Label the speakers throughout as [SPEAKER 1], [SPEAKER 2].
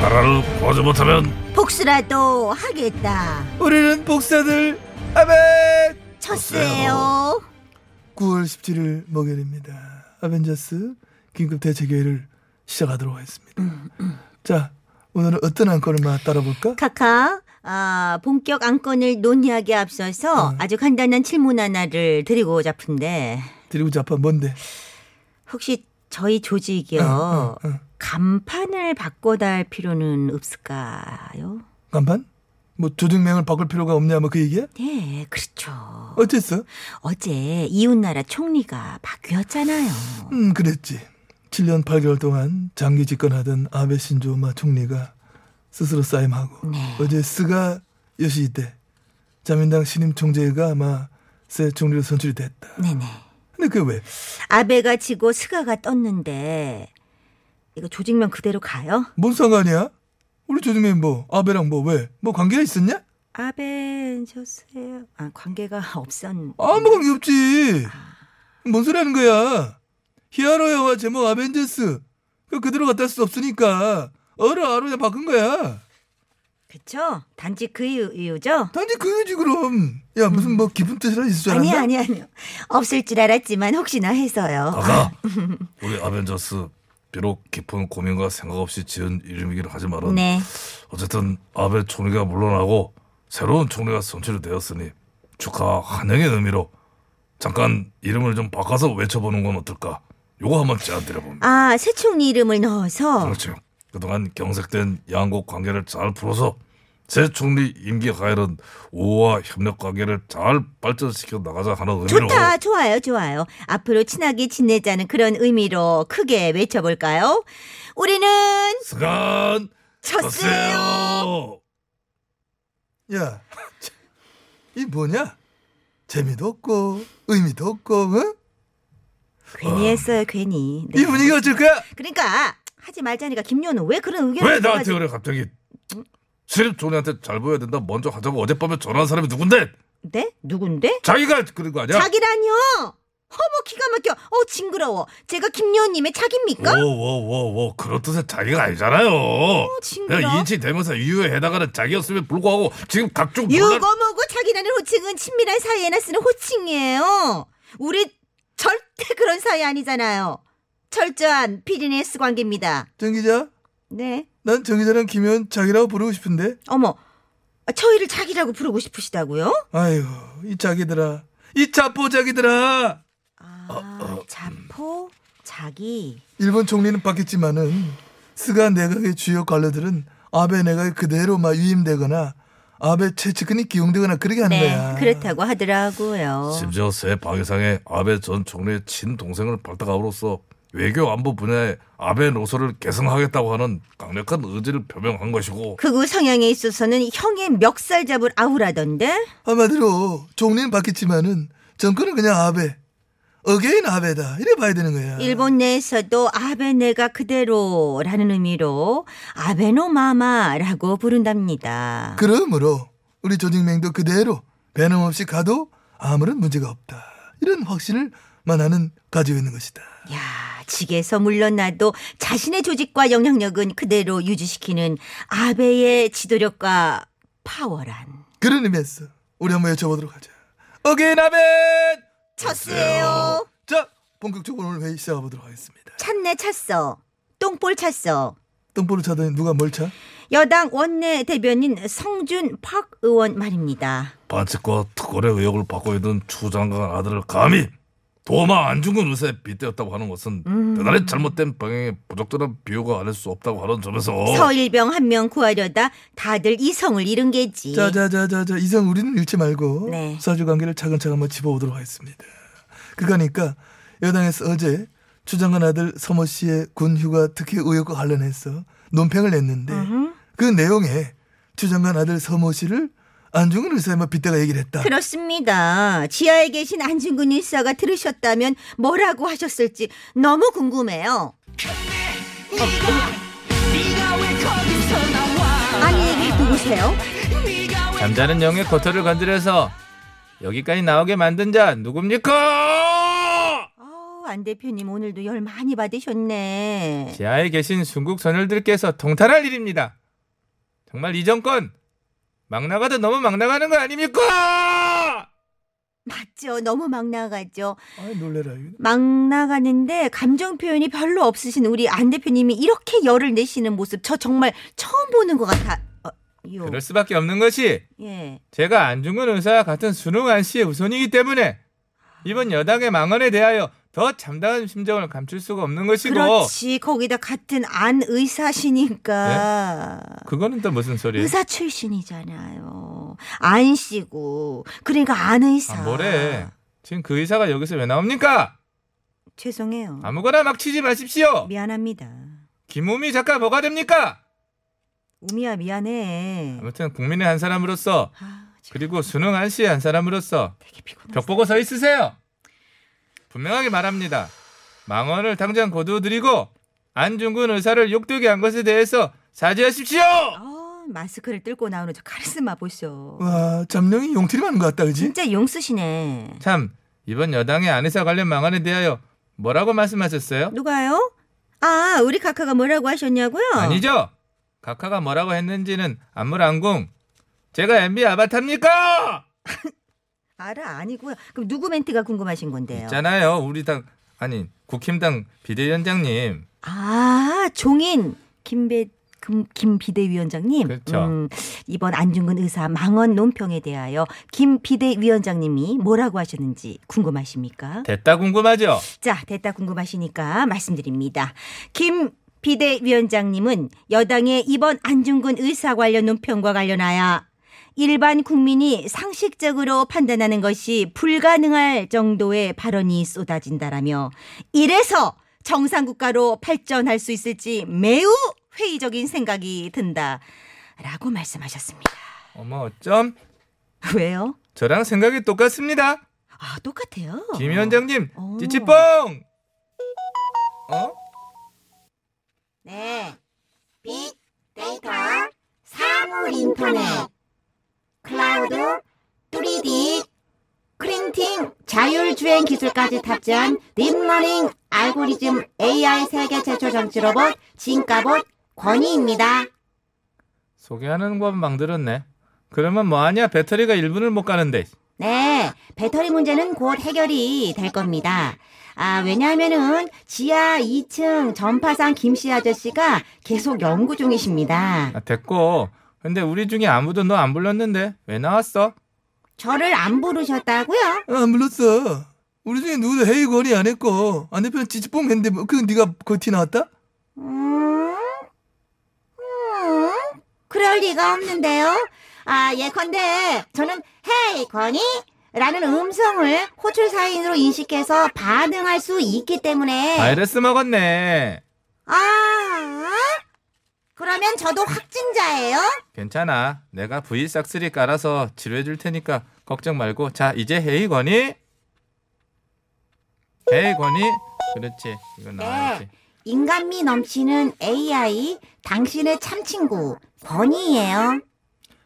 [SPEAKER 1] 나라를 구하지 못하면
[SPEAKER 2] 복수라도 하겠다.
[SPEAKER 3] 우리는 복사들 아멘
[SPEAKER 2] 쳤어요.
[SPEAKER 3] 9월 17일 목요일입니다 아벤져스 긴급 대책회의를 시작하도록 하겠습니다 자 오늘은 어떤 안건을만 따라볼까
[SPEAKER 2] 카카. 아, 본격 안건을 논의하기 앞서서 아주 간단한 질문 하나를 드리고자 픈데
[SPEAKER 3] 드리고자 아파 뭔데
[SPEAKER 2] 혹시 저희 조직이요.
[SPEAKER 3] 응, 응.
[SPEAKER 2] 간판을 바꿔다 할 필요는 없을까요?
[SPEAKER 3] 간판 뭐 조직명을 바꿀 필요가 없냐 뭐 그 얘기야
[SPEAKER 2] 네, 그렇죠.
[SPEAKER 3] 어쨌어
[SPEAKER 2] 어제 이웃나라 총리가 바뀌었잖아요.
[SPEAKER 3] 음 그랬지 7년 8개월 동안 장기 집권하던 아베 신조마 총리가 스스로 사임하고
[SPEAKER 2] 네.
[SPEAKER 3] 어제 스가 여시 때 자민당 신임 총재가 아마 새 총리로 선출이 됐다
[SPEAKER 2] 네네.
[SPEAKER 3] 근데 그게 왜
[SPEAKER 2] 아베가 지고 스가가 떴는데 이거 조직명 그대로 가요?
[SPEAKER 3] 뭔 상관이야? 우리 조중에 뭐 아베랑 뭐 왜? 뭐 관계가 있었냐?
[SPEAKER 2] 아베 저스에 아, 관계가 없었.
[SPEAKER 3] 아무 뭐 관계 없지. 뭔 소리 하는 거야? 히아로 영화 제목 아벤져스 그 그대로 갖다 쓸수 없으니까 어로 아로 그냥 바꾼 거야.
[SPEAKER 2] 그쵸? 단지 그 이유- 이유죠?
[SPEAKER 3] 단지 그거지 그럼. 야 무슨 뭐 깊은 뜻이라 있을 줄 알았나?
[SPEAKER 2] 아니 아니 아니요. 없을 줄 알았지만 혹시나 해서요.
[SPEAKER 3] 아,
[SPEAKER 1] 나가. 우리 아벤져스 비록 깊은 고민과 생각 없이 지은 이름이긴
[SPEAKER 3] 뭐.
[SPEAKER 1] 하지만은
[SPEAKER 2] 네.
[SPEAKER 1] 어쨌든 아베 총리가 물러나고 새로운 총리가 선출이 되었으니 축하 환영의 의미로 잠깐 이름을 좀 바꿔서 외쳐보는 건 어떨까? 요거 한번 제안드려봅니다.
[SPEAKER 2] 아, 새 총리 이름을
[SPEAKER 3] 아, 뭐.
[SPEAKER 2] 넣어서
[SPEAKER 1] 그렇죠. 그동안 경색된 양국 관계를 잘 풀어서 새 총리 임기 하에는 우호와 협력 관계를 잘 발전시켜 나가자 하는 의미로
[SPEAKER 2] 좋다. 좋아요. 좋아요. 앞으로 친하게 지내자는 그런 의미로 크게 외쳐 볼까요? 우리는
[SPEAKER 1] 스간
[SPEAKER 2] 쳤어요.
[SPEAKER 1] 쳤어요.
[SPEAKER 3] 야, 참, 이 뭐냐? 재미도 없고 의미도 없고, 응?
[SPEAKER 2] 괜히 했어요. 괜히. 네.
[SPEAKER 3] 아. 이 분위기 어쩔 거야?
[SPEAKER 2] 그러니까 하지 말자니까 김요는 왜 그런 의견을
[SPEAKER 1] 왜 나한테
[SPEAKER 2] 예, 가지고-
[SPEAKER 1] 그래 갑자기 신입 총리한테 잘 보여야 된다 먼저 하자고 어젯밤에 전화한 사람이 누군데?
[SPEAKER 2] 네? 누군데?
[SPEAKER 1] 자기가 그런 거 아니야?
[SPEAKER 2] 자기라뇨. 어머 기가 막혀. 어 징그러워. 제가 김요님의 자기입니까?
[SPEAKER 1] 오오오오 그런 뜻의 자기가 아니잖아요.
[SPEAKER 2] 어, 징그러.
[SPEAKER 1] 내가 인치 대명사 유효에 해당하는 자기였음에 불구하고 지금 각종 논란-
[SPEAKER 2] 유고 뭐고 자기라는 호칭은 친밀한 사이에나 쓰는 호칭이에요. 우리 절대 그런 사이 아니잖아요. 철저한 비즈니스 관계입니다.
[SPEAKER 3] 정 기자,
[SPEAKER 2] 네.
[SPEAKER 3] 난 정 기자랑 김현 자기라고 부르고 싶은데.
[SPEAKER 2] 어머. 아, 저희를 자기라고 부르고 싶으시다고요?
[SPEAKER 3] 아이고, 이 자기들아, 이 자포 자기들아.
[SPEAKER 1] 어,
[SPEAKER 2] 아, 자포 자기.
[SPEAKER 3] 일본 총리는 바뀌었지만은 스가 내각의 주요 관료들은 아베 내각이 그대로 막 유임되거나 아베 최측근이 기용되거나 그러게 하는
[SPEAKER 2] 네,
[SPEAKER 3] 거야.
[SPEAKER 2] 그렇다고 하더라고요.
[SPEAKER 1] 심지어 새 방위상에 아베 전 총리의 친동생을 발탁함으로써 외교 안보 분야에 아베 노선을 개성하겠다고 하는 강력한 의지를 표명한 것이고
[SPEAKER 2] 극우 성향에 있어서는 형의 멱살 잡을 아우라던데.
[SPEAKER 3] 한마디로 총리는 바뀌었지만은 정권은 그냥 아베. 어게인 아베다. 이래 봐야 되는 거야.
[SPEAKER 2] 일본 내에서도 아베 내가 그대로라는 의미로 아베노마마라고 부른답니다.
[SPEAKER 3] 그러므로 우리 조직맹도 그대로 배놈 없이 가도 아무런 문제가 없다. 이런 확신을 만하는 가지고 있는 것이다.
[SPEAKER 2] 야, 직에서 물러나도 자신의 조직과 영향력은 그대로 유지시키는 아베의 지도력과 파워란
[SPEAKER 3] 그런 의미에서 우리 한번 여쭤보도록 하자. 어게인 아베!
[SPEAKER 2] 쳤어요.
[SPEAKER 3] 자, 본격적으로 오늘 회의 시작해보도록 하겠습니다.
[SPEAKER 2] 찼네 찼어. 똥볼 찼어.
[SPEAKER 3] 똥보를 차더니 누가 뭘 차?
[SPEAKER 2] 여당 원내 대변인 성준 팍 의원 말입니다.
[SPEAKER 1] 반칙과 특권의 의혹을 받고 있는 추장관 아들을 감히 도마 안중근 의사에 빗대었다고 하는 것은 대단히 잘못된 방향의 부적절한 비유가 아닐 수 없다고 하는 점에서
[SPEAKER 3] 어.
[SPEAKER 2] 서일병 한 명 구하려다 다들 이성을 잃은 게지.
[SPEAKER 3] 자자자자자 이상 우리는 잃지 말고
[SPEAKER 2] 예. 네.
[SPEAKER 3] 사주 관계를 차근차근 한번 집어보도록 하겠습니다. 그거니까 여당에서 어제 추장관 아들 서모 씨의 군 휴가 특혜 의혹과 관련해서 논평을 냈는데 그 내용에 추장관 아들 서모 씨를 안중근 의사에만 뭐 빗대가 얘기를 했다.
[SPEAKER 2] 그렇습니다. 지하에 계신 안중근 의사가 들으셨다면 뭐라고 하셨을지 너무 궁금해요. 아니, 누구세요?
[SPEAKER 4] 잠자는 영의 겉털을 건드려서 여기까지 나오게 만든 자 누굽니까?
[SPEAKER 2] 어, 안 대표님 오늘도 열 많이 받으셨네.
[SPEAKER 4] 지하에 계신 순국 선열들께서 동탈할 일입니다. 정말 이 정권 막 나가도 너무 막 나가는 거 아닙니까?
[SPEAKER 2] 맞죠. 너무 막 나가죠.
[SPEAKER 3] 아이 놀래라. 이거.
[SPEAKER 2] 막 나가는데 감정 표현이 별로 없으신 우리 안 대표님이 이렇게 열을 내시는 모습 저 정말 처음 보는 것 같아. 어, 요.
[SPEAKER 4] 그럴 수밖에 없는 것이
[SPEAKER 2] 예.
[SPEAKER 4] 제가 안중근 의사와 같은 순응한 씨의 우선이기 때문에 이번 여당의 망언에 대하여 더 참다운 심정을 감출 수가 없는 것이고
[SPEAKER 2] 그렇지. 거기다 같은 안 의사시니까.
[SPEAKER 4] 거는또 무슨 소리예요?
[SPEAKER 2] 의사 출신이잖아요. 안 씨고. 그러니까 안 의사.
[SPEAKER 4] 아, 뭐래 지금 그 의사가 여기서 왜 나옵니까?
[SPEAKER 2] 죄송해요.
[SPEAKER 4] 아무거나 뭐. 막 치지 마십시오
[SPEAKER 2] 미안합니다.
[SPEAKER 4] 김우미 작가 뭐가 됩니까?
[SPEAKER 2] 우미야 미안해.
[SPEAKER 4] 아무튼 국민의 한 사람으로서
[SPEAKER 2] 아, 참
[SPEAKER 4] 그리고 순응한 씨의 한 사람으로서
[SPEAKER 2] 되게 피곤해.
[SPEAKER 4] 벽 보고 서 있으세요. 분명하게 말합니다. 망언을 당장 거두어드리고 안중근 의사를 욕되게 한 것에 대해서 사죄하십시오.
[SPEAKER 2] 아, 마스크를 뚫고 나오는 저 카리스마 보쇼.
[SPEAKER 3] 와 잠룡이 용틀이 많은 것 같다, 그지?
[SPEAKER 2] 진짜 용쓰시네.
[SPEAKER 4] 참 이번 여당의 안 의사 관련 망언에 대하여 뭐라고 말씀하셨어요?
[SPEAKER 2] 누가요? 아, 우리 카카가 뭐라고 하셨냐고요?
[SPEAKER 4] 아니죠. 각하가 뭐라고 했는지는 안물안궁. 제가 MB 아바타입니까?
[SPEAKER 2] 알아, 아니고요. 그럼 누구 멘트가 궁금하신 건데요?
[SPEAKER 4] 있잖아요. 우리 당 아니 국힘당 비대위원장님.
[SPEAKER 2] 아, 종인 김배 금, 김 비대위원장님. 음,
[SPEAKER 4] 그렇죠.
[SPEAKER 2] 이번 안중근 의사 망언 논평에 대하여 김 비대위원장님이 뭐라고 하셨는지 궁금하십니까?
[SPEAKER 4] 됐다 궁금하죠?
[SPEAKER 2] 자, 됐다 궁금하시니까 말씀드립니다. 김 비대위원장님은 여당의 이번 안중근 의사 관련 논평과 관련하여 일반 국민이 상식적으로 판단하는 것이 불가능할 정도의 발언이 쏟아진다라며 이래서 정상국가로 발전할 수 있을지 매우 회의적인 생각이 든다. 라고 말씀하셨습니다.
[SPEAKER 4] 어머 어쩜
[SPEAKER 2] 왜요?
[SPEAKER 4] 저랑 생각이 똑같습니다.
[SPEAKER 2] 아, 똑같아요.
[SPEAKER 4] 김 위원장님
[SPEAKER 2] 어.
[SPEAKER 4] 찌찌뽕 어?
[SPEAKER 2] 네. 빅데이터 사물 인터넷 클라우드 3D 프린팅 자율주행 기술까지 탑재한 딥러닝 알고리즘 AI 세계 최초 정치 로봇 진가봇 권희입니다.
[SPEAKER 4] 소개하는 법 망들었네 그러면 뭐하냐 배터리가 1분을 못 가는데
[SPEAKER 2] 네, 배터리 문제는 곧 해결이 될 겁니다. 아, 왜냐하면은 지하 2층 전파상 김씨 아저씨가 계속 연구 중이십니다.
[SPEAKER 4] 아, 됐고 근데 우리 중에 아무도 너 안 불렀는데 왜 나왔어?
[SPEAKER 2] 저를 안 부르셨다고요?
[SPEAKER 3] 아, 안 불렀어. 우리 중에 누구도 헤이 건이 안 했고 안 대표는 찌찌뽕 했는데 뭐, 그 네가 거티 나왔다?
[SPEAKER 2] 음, 음, 그럴 리가 없는데요. 아, 예컨대 저는 헤이 건이 라는 음성을 호출 사인으로 인식해서 반응할 수 있기 때문에
[SPEAKER 4] 바이러스 먹었네
[SPEAKER 2] 아 그러면 저도 확진자예요.
[SPEAKER 4] 괜찮아 내가 V 싹쓸이 깔아서 치료해 줄 테니까 걱정 말고 자 이제 헤이 건이 헤이 건이 그렇지 이건 나와야지
[SPEAKER 2] 인간미 넘치는 AI 당신의 참친구 건이에요.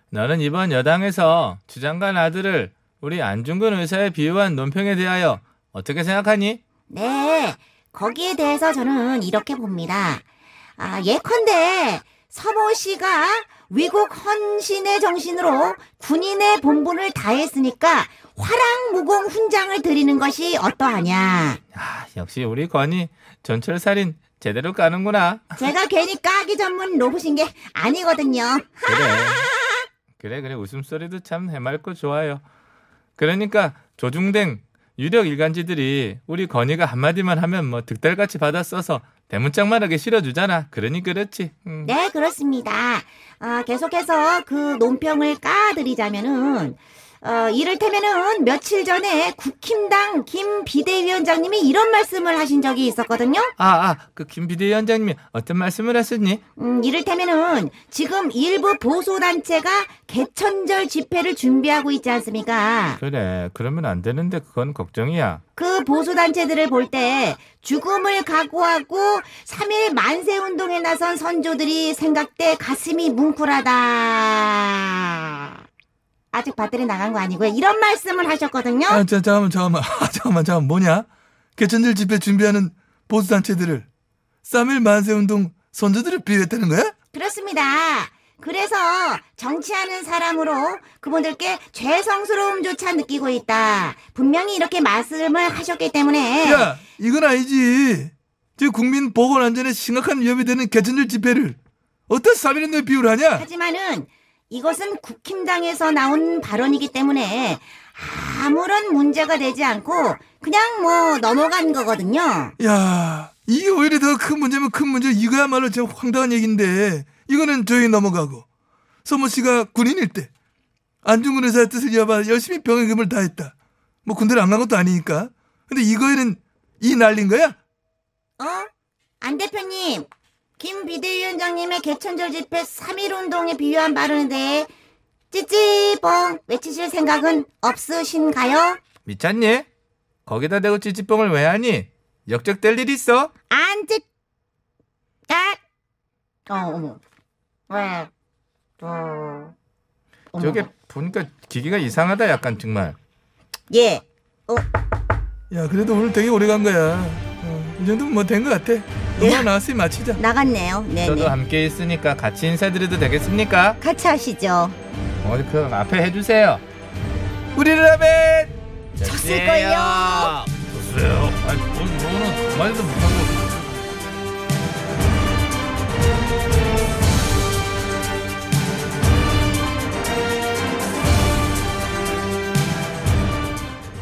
[SPEAKER 4] 너는 이번 여당에서 주장관 아들을 우리 안중근 의사에 비유한 논평에 대하여 어떻게 생각하니?
[SPEAKER 2] 네, 거기에 대해서 저는 이렇게 봅니다. 아, 예컨대 서모 씨가 위국 헌신의 정신으로 군인의 본분을 다했으니까 화랑무공 훈장을 드리는 것이 어떠하냐.
[SPEAKER 4] 야, 아, 역시 우리 건이 전철살인 제대로 까는구나.
[SPEAKER 2] 제가 괜히 까기 전문 로봇인 게 아니거든요.
[SPEAKER 4] 그래. 그래, 그래. 웃음소리도 참 해맑고 좋아요. 그러니까 조중댕 유력 일간지들이 우리 건이가 한마디만 하면 뭐 득달같이 받아 써서 대문짝만하게 실어주잖아. 그러니 그렇지. 음.
[SPEAKER 2] 네, 어, 그렇습니다. 아, 계속해서 그 논평을 까드리자면은, 어, 이를테면은 며칠 전에 국힘당 김 비대위원장님이 이런 말씀을 하신 적이 있었거든요.
[SPEAKER 4] 아, 아, 그 김 비대위원장님이 어떤 말씀을 하셨니?
[SPEAKER 2] 음, 이를테면은 지금 일부 보수단체가 개천절 집회를 준비하고 있지 않습니까?
[SPEAKER 4] 그래, 그러면 안 되는데 그건 걱정이야.
[SPEAKER 2] 그 보수단체들을 볼 때 죽음을 각오하고 3일 만세운동에 나선 선조들이 생각돼 가슴이 뭉클하다. 아직 배터리 나간 거 아니고요. 이런 말씀을 하셨거든요.
[SPEAKER 3] 아, 자, 잠깐만, 잠깐만, 아, 잠깐만, 잠깐만, 뭐냐? 개천절 집회 준비하는 보수단체들을 3일 만세운동 선조들을 비유했다는 거야?
[SPEAKER 2] 그렇습니다. 그래서 정치하는 사람으로 그분들께 죄성스러움조차 느끼고 있다. 분명히 이렇게 말씀을 하셨기 때문에
[SPEAKER 3] 야, 이건 아니지. 지금 국민 보건 안전에 심각한 위협이 되는 개천절 집회를 어떤 3일인 데 비유를 하냐?
[SPEAKER 2] 하지만은 이것은 국힘당에서 나온 발언이기 때문에 아무런 문제가 되지 않고 그냥 뭐 넘어간 거거든요.
[SPEAKER 3] 야, 이게 오히려 더 큰 문제면 큰 문제. 이거야말로 참 황당한 얘기인데 이거는 조용히 넘어가고 서모 씨가 군인일 때 안중근 의사의 뜻을 이어받아 열심히 병의 금을 다했다. 뭐 군대를 안 간 것도 아니니까. 근데 이거에는 이 난린 거야?
[SPEAKER 2] 어? 안 대표님, 김 비대위원장님의 개천절 집회 3.1 운동에 비유한 발언에 대해 찌찌뽕 외치실 생각은 없으신가요?
[SPEAKER 4] 미쳤니? 거기다 대고 찌찌뽕을 왜 하니? 역적될 일 있어?
[SPEAKER 2] 안 찌, 짜, 어, 어머. 왜, 어, 어머.
[SPEAKER 4] 저게 보니까 기계가 이상하다 약간 정말.
[SPEAKER 2] 예.
[SPEAKER 3] 야, 그래도 오늘 되게 오래 간 거야. 어, 이 정도면 뭐 된 것 같아. 음악 나왔으니 마치자.
[SPEAKER 2] 나갔네요. 네네.
[SPEAKER 4] 저도 함께 있으니까 같이 인사드려도 되겠습니까?
[SPEAKER 2] 같이 하시죠.
[SPEAKER 4] 어디 그럼 앞에 해주세요.
[SPEAKER 3] 우리라면
[SPEAKER 4] 졌을걸요. 졌어요. 아니, 뭐, 뭐는 말도 못하고.